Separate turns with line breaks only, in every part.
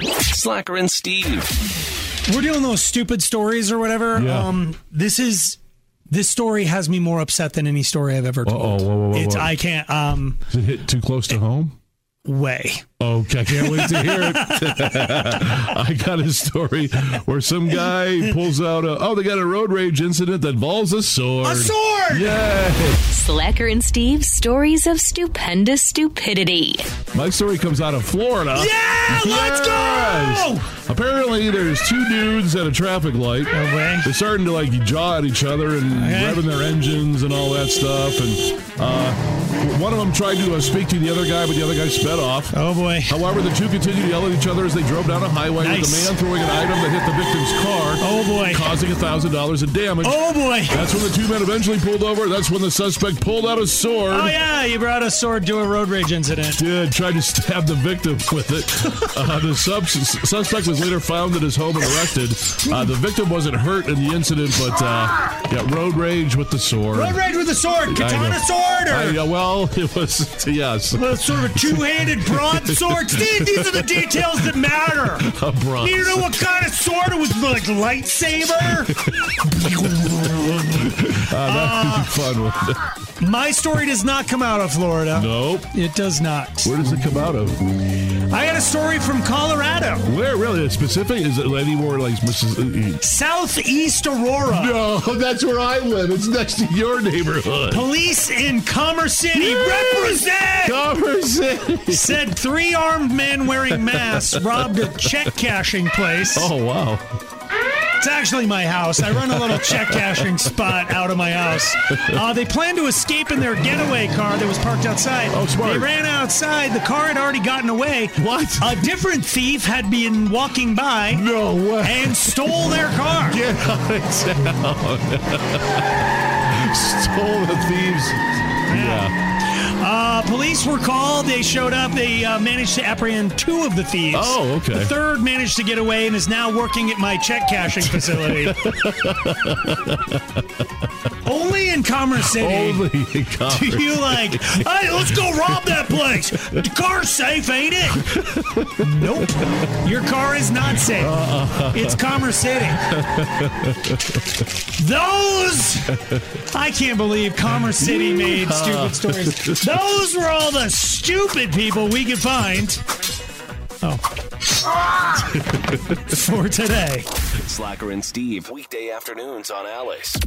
Slacker and Steve.
We're doing those stupid stories or whatever.
Yeah.
Um, this is this story has me more upset than any story I've ever
Uh-oh,
told.
whoa, whoa, whoa,
it's
whoa.
I can't um
Did it hit too close to home?
way.
Okay, I can't wait to hear it. I got a story where some guy pulls out a oh they got a road rage incident that involves a sword.
A sword.
Yay!
Slacker and Steve's stories of stupendous stupidity.
My story comes out of Florida.
Yeah, let's go!
go! Apparently, there's two dudes at a traffic light.
way. Uh-huh.
They're starting to like jaw at each other and
Okay.
revving their engines and all that stuff. And uh, one of them tried to uh, speak to the other guy, but the other guy sped off.
Oh boy.
However, the two continued to yell at each other as they drove down a highway with
Nice.
the man throwing an item that hit the victim's car,
Oh boy.
causing $1,000 in damage.
Oh boy.
That's when the two men eventually pulled over. That's when the suspect pulled out a sword.
Oh yeah, you brought a sword to a road rage incident.
did tried to stab the victim with it. Uh, the sub- suspect was later found at his home and arrested. Uh, the victim wasn't hurt in the incident, but uh, yeah, road rage with the sword.
Road rage with a sword, katana sword,
I-
or
yeah, well, it was yes, a
a sort of a two-handed broadsword. Steve, these are the details that matter.
bronze.
You know what kind of sword it was, like lightsaber.
Uh, that'd be
Ah.
a fun one.
My story does not come out of Florida.
nope.
It does not.
Where does it come out of?
I had a story from Colorado,
Where really? It's specific? Is it any more like Mrs.
Southeast Aurora.
No, that's where I live. It's next to your neighborhood.
Police in Commerce City
Yay!
represent.
Conversation.
Said three armed men wearing masks robbed a check cashing place.
Oh wow.
It's actually my house. I run a little check cashing spot out of my house. Uh, they planned to escape in their getaway car that was parked outside.
Oh, smart.
They ran outside. The car had already gotten away.
What?
A different thief had been walking by
No way.
and stole their car.
Get out of town. Stole the thieves. Yeah.
Uh, police were called. They showed up. They uh, managed to apprehend two of the thieves.
Oh, okay.
The third managed to get away and is now working at my check cashing facility. Only in Commerce City.
Only in
Do
commerce.
you like, hey, let's go rob that place. The car's safe, ain't it? nope. Your car is not safe. It's Commerce City. Those, I can't believe Commerce City made stupid stories. Those were all the stupid people we could find. Oh. For today.
Slacker and Steve. Weekday afternoons on Alice.
Mm,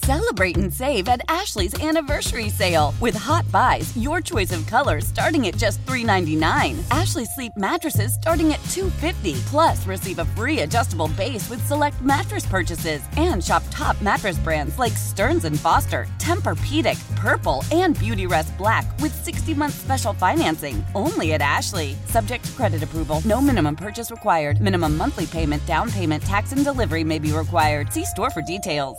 Celebrate and save at Ashley's anniversary sale with hot buys, your choice of colors starting at just $3.99. Ashley Sleep mattresses starting at $2.50. Plus, receive a free adjustable base with select mattress purchases and shop top mattress brands like Stearns and Foster, Tempur-Pedic, Purple, and Beautyrest Black with 60-month special financing only at Ashley. Subject to credit approval, no minimum purchase required. Minimum monthly payment, down payment, tax, and delivery may be required. See store for details.